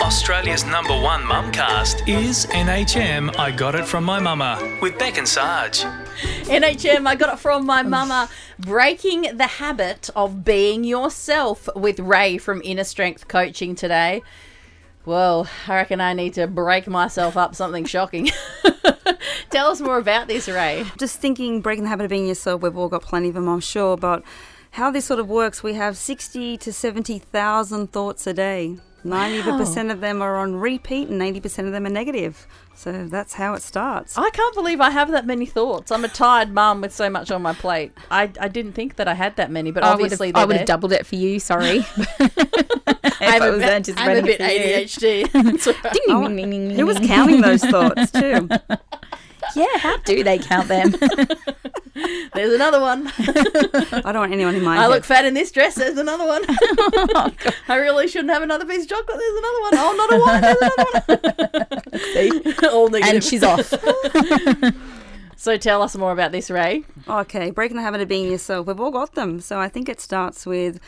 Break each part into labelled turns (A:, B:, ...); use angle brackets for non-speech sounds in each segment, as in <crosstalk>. A: Australia's number one mumcast is NHM I Got It From My Mama with Beck and Sarge.
B: NHM, I got it from my mama. Breaking the habit of being yourself with Ray from Inner Strength Coaching today. Well, I reckon I need to break myself up something shocking. <laughs> Tell us more about this, Ray.
C: just thinking breaking the habit of being yourself we've all got plenty of them i'm sure but how this sort of works we have 60 to 70000 thoughts a day 90% of them are on repeat and 80% of them are negative so that's how it starts
B: I can't believe I have that many thoughts. I'm a tired mum with so much on my plate. I, I didn't think that I had that many, but obviously
D: I
B: they're
D: would
B: there.
D: have doubled it for you. Sorry. <laughs>
C: If I was
B: bit- <laughs> I'm a
C: anticipating
B: bit
C: for you.
B: ADHD. <laughs> That's all right.
C: Who was
B: <laughs>
C: counting those thoughts too?
D: <laughs> yeah, how do they count <laughs> them?
B: There's another one.
C: I don't want anyone in my
B: I
C: head.
B: look fat in this dress. There's another <laughs> one. Oh, I really shouldn't have another piece of chocolate. There's another one. Oh, not a one. There's <laughs> another one. All negative.
D: and she's off.
B: so tell us more about this, Ray.
C: Oh, Okay, breaking the habit of being yourself. We've all got them. So I think it starts with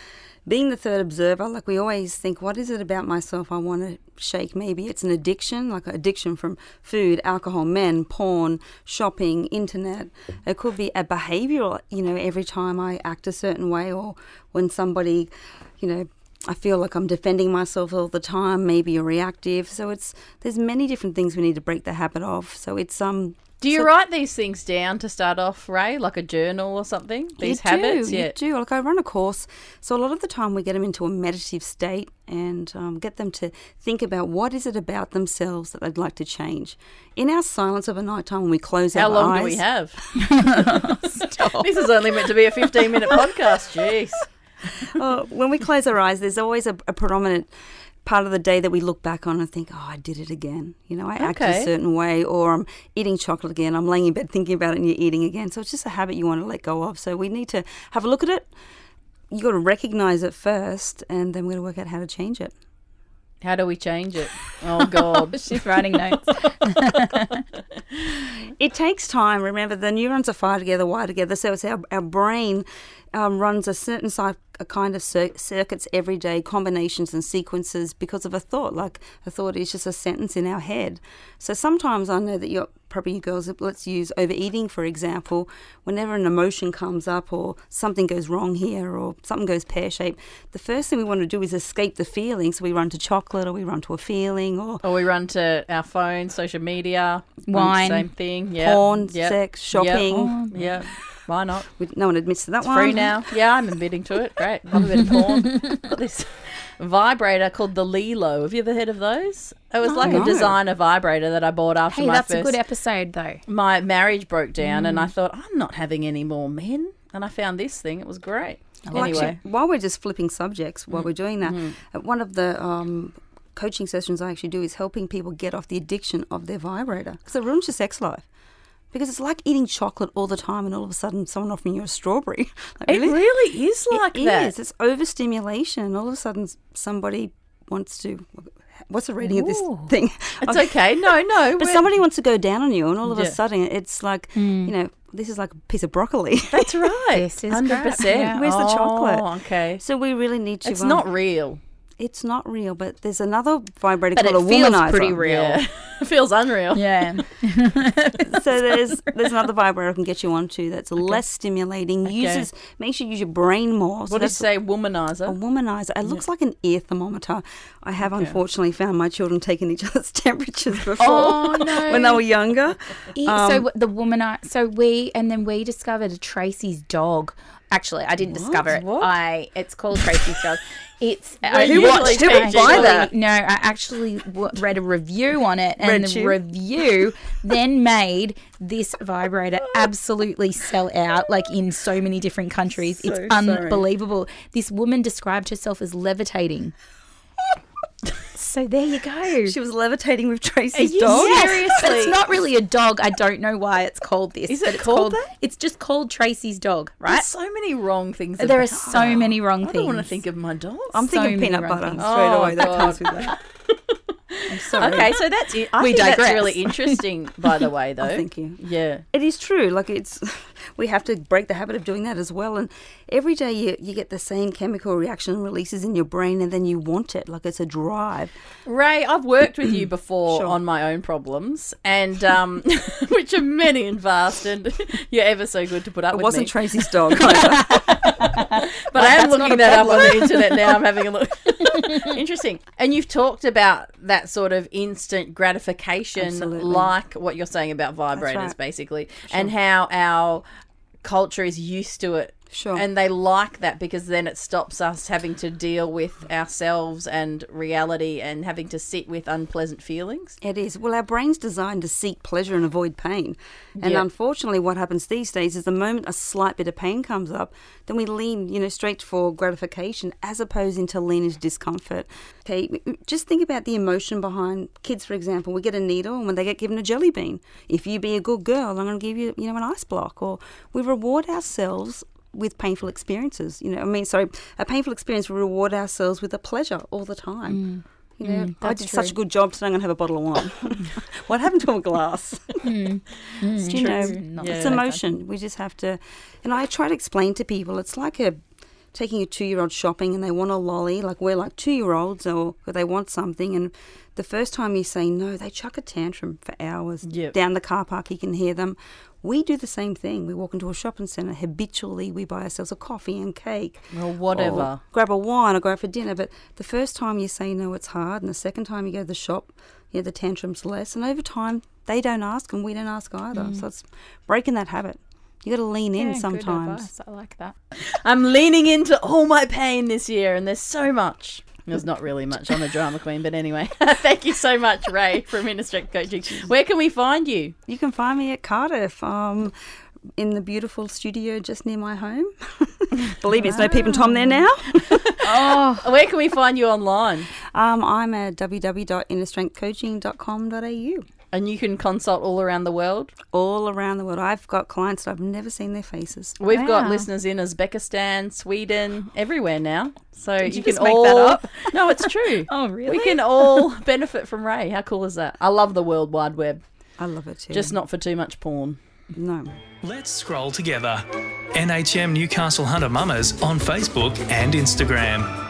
C: being the third observer. Like we always think, what is it about myself I want to shake? Maybe it's an addiction, like an addiction from food, alcohol, men, porn, shopping, internet. It could be a behavioral, you know, every time I act a certain way or when somebody, you know, I feel like I'm defending myself all the time, maybe you're reactive. So it's there's many different things we need to break the habit of. So it's um
B: Do you write these things down to start off, Ray, like a journal or something? These
C: you
B: habits,
C: Do,
B: yeah.
C: You do. Like I run a course, so a lot of the time we get them into a meditative state and um, get them to think about what is it about themselves that they'd like to change. In our silence of a night time, when we close
B: How
C: our
B: long
C: eyes,
B: do we have? This is only meant to be a 15 <laughs> minute podcast. Jeez.
C: oh, when we close our eyes, there's always a, a predominant part of the day that we look back on and think, oh, I did it again. You know, I act
B: Okay.
C: a certain way, or I'm eating chocolate again. I'm laying in bed thinking about it, and you're eating again. So it's just a habit you want to let go of. So we need to have a look at it. You got to recognize it first, and then we're going to work out how to change it.
B: How do we change it? Oh, God. <laughs>
D: she's writing notes.
C: It takes time. Remember, the neurons are fire together, wired together. So it's our, our brain um, runs a certain si- a kind of cir- circuits every day, combinations and sequences because of a thought. Like a thought is just a sentence in our head. So sometimes I know that you're probably you girls, let's use overeating for example. Whenever an emotion comes up or something goes wrong here or something goes pear shaped, the first thing we want to do is escape the feeling. So we run to chocolate or we run to a feeling or
B: Or we run to our phone, social media,
D: Wine.
B: same thing. Yeah.
C: porn, sex, shopping.
B: Oh, Yeah. Why not?
C: We- No one admits to that one.
B: Free now. Yeah, I'm admitting to it. Great. Love a bit of porn. Got this vibrator called the Lilo. Have you ever heard of those? It was like a
C: No.
B: designer vibrator that I bought after
D: Hey,
B: my
D: that's a
B: first
D: good episode though.
B: my marriage broke down and I thought I'm not having any more men and I found this thing. It was great.
C: Well,
B: anyway, Mm.
C: actually, while we're just flipping subjects, while we're doing that, uh, one of the um, coaching sessions I actually do is helping people get off the addiction of their vibrator because it ruins your sex life. Because it's like eating chocolate all the time, and all of a sudden, someone offering you a strawberry. <laughs> like,
B: it really is like
C: it
B: that.
C: is. It's overstimulation. and All of a sudden, s- somebody wants to. What's the rating of this thing?
B: It's okay. No, no.
C: <laughs> But
B: we're- <laughs>
C: somebody wants to go down on you, and all of
B: Yeah. Mm.
C: a sudden, it's like you know, this is like a piece of broccoli. <laughs>
B: That's right.
D: This is crap.
B: 100%.
D: Yeah.
C: Where's the chocolate?
B: Oh, okay.
C: so we really need to.
B: It's
C: um,
B: not real.
C: It's not real, but there's another vibrator
D: But it
C: called a
D: feels
C: womanizer.
D: pretty real.
B: <laughs> Yeah. feels unreal.
D: Yeah.
C: <laughs> so there's there's another vibrator I can get you onto that's less stimulating. Uses makes you use your brain more.
B: What
C: So
B: did you
C: that's
B: say,
C: a
B: womanizer?
C: womanizer. It looks like an ear thermometer. I have unfortunately found my children taking each other's <laughs> temperatures
D: <laughs>
C: before
D: <laughs> Oh, no.
C: when they were younger.
B: Um,
D: so w- the woman I so we and then we discovered Tracy's dog. Actually, I didn't discover it.
B: What?
D: I it's called Tracy's dog. It's I
B: Who would-
D: watched-
B: who would buy
D: actually-
C: that?
D: No, I actually w- read a review on it, and
C: Read
D: the
C: you?
D: review then made this vibrator absolutely sell out, like in so many different countries. it's unbelievable. This woman described herself
B: <laughs>
D: as levitating. so there you go.
C: She was levitating with Tracy's
B: you
C: dog.
B: serious?
D: But
B: Seriously.
D: it's not really a dog. I don't know why it's called this.
B: Is
D: but
B: it
D: it's
B: called that?
D: It's just called Tracy's dog, right?
B: There's so many wrong things.
D: There are
B: about-
D: so many wrong
B: I
D: things.
B: don't want to think of my dogs.
C: <laughs> I'm
D: so
C: thinking
D: many
C: peanut
D: wrong
C: butter
D: things.
C: straight
B: Oh,
C: away. That
B: God.
C: comes with that. I'm sorry.
B: Okay, <laughs> so that's it. I
D: We
B: think that's
D: digress.
B: really interesting, by the way, though.
C: thank you.
B: Yeah.
C: It is true. Like it's, <laughs> we have to break the habit of doing that as well. And every day you, you get the same chemical reaction releases in your brain, and then you want it. Like it's a drive.
B: Ray, I've worked with you before
C: Sure.
B: on my own problems, and um, <laughs> which are many and vast, and <laughs> you're ever so good to put up
C: It
B: with
C: wasn't
B: me.
C: Tracy's dog. <laughs> either.
B: but I am
D: That's not
B: looking
D: a
B: that up on the internet now. I'm having a look. <laughs> Interesting. And you've talked about that sort of instant gratification,
C: Absolutely.
B: like what you're saying about vibrators,
C: right.
B: basically, and how our culture is used to it.
C: Sure.
B: And they like that because then it stops us having to deal with ourselves and reality and having to sit with unpleasant feelings.
C: It is. Well, our brain's designed to seek pleasure and avoid pain. And
B: Yeah.
C: unfortunately, what happens these days is the moment a slight bit of pain comes up, then we lean, you know, straight for gratification as opposed to lean into discomfort. Okay, just think about the emotion behind kids, for example. We get a needle, and when they get given a jelly bean, if you be a good girl, I'm going to give you, you know, an ice block. Or we reward ourselves with painful experiences. You know, I mean, sorry, a painful experience, we reward ourselves with a pleasure all the time. You know, I did such a good job today. I'm going to have a bottle of wine. what happened to a glass? you know,
D: Not
C: it's
D: like that.
C: emotion. We just have to. And I try to explain to people, it's like a taking a two-year-old shopping and they want a lolly. Like we're like two-year-olds, or, or they want something, and the first time you say no, they chuck a tantrum for hours
B: Yep.
C: down the car park. You can hear them. We do the same thing. We walk into a shopping centre habitually. We buy ourselves a coffee and cake
B: Or whatever.
C: or grab a wine or go out for dinner. But the first time you say no, it's hard, and the second time you go to the shop, yeah, the tantrums less. And over time, they don't ask, and we don't ask either.
B: Mm.
C: So it's breaking that habit. You got to lean in sometimes.
D: I like that.
B: I'm leaning into all my pain this year, and there's so much. There's not really much. I'm a drama queen, but anyway. <laughs> Thank you so much, Ray, from Inner Strength Coaching. Where can we find you?
C: You can find me at Cardiff. Um, in the beautiful studio just near my home. <laughs> Believe me, it's no Peep and Tom there now.
D: Oh,
B: Where can we find you online?
C: Um, I'm at www.innerstrengthcoaching.com.au.
B: And you can consult all around the world.
C: All around the world. I've got clients that I've never seen their faces.
B: We've got
D: Wow.
B: listeners in Uzbekistan, Sweden, everywhere now. So you,
D: you
B: can
D: just make
B: all.
D: that up?
B: <laughs> No, it's true.
D: <laughs> oh, really?
B: We can all benefit from Ray. How cool is that? I love the World Wide Web,
C: I love it too.
B: just not for too much porn.
C: no.
A: Let's scroll together. NHM Newcastle Hunter Mamas on Facebook and Instagram.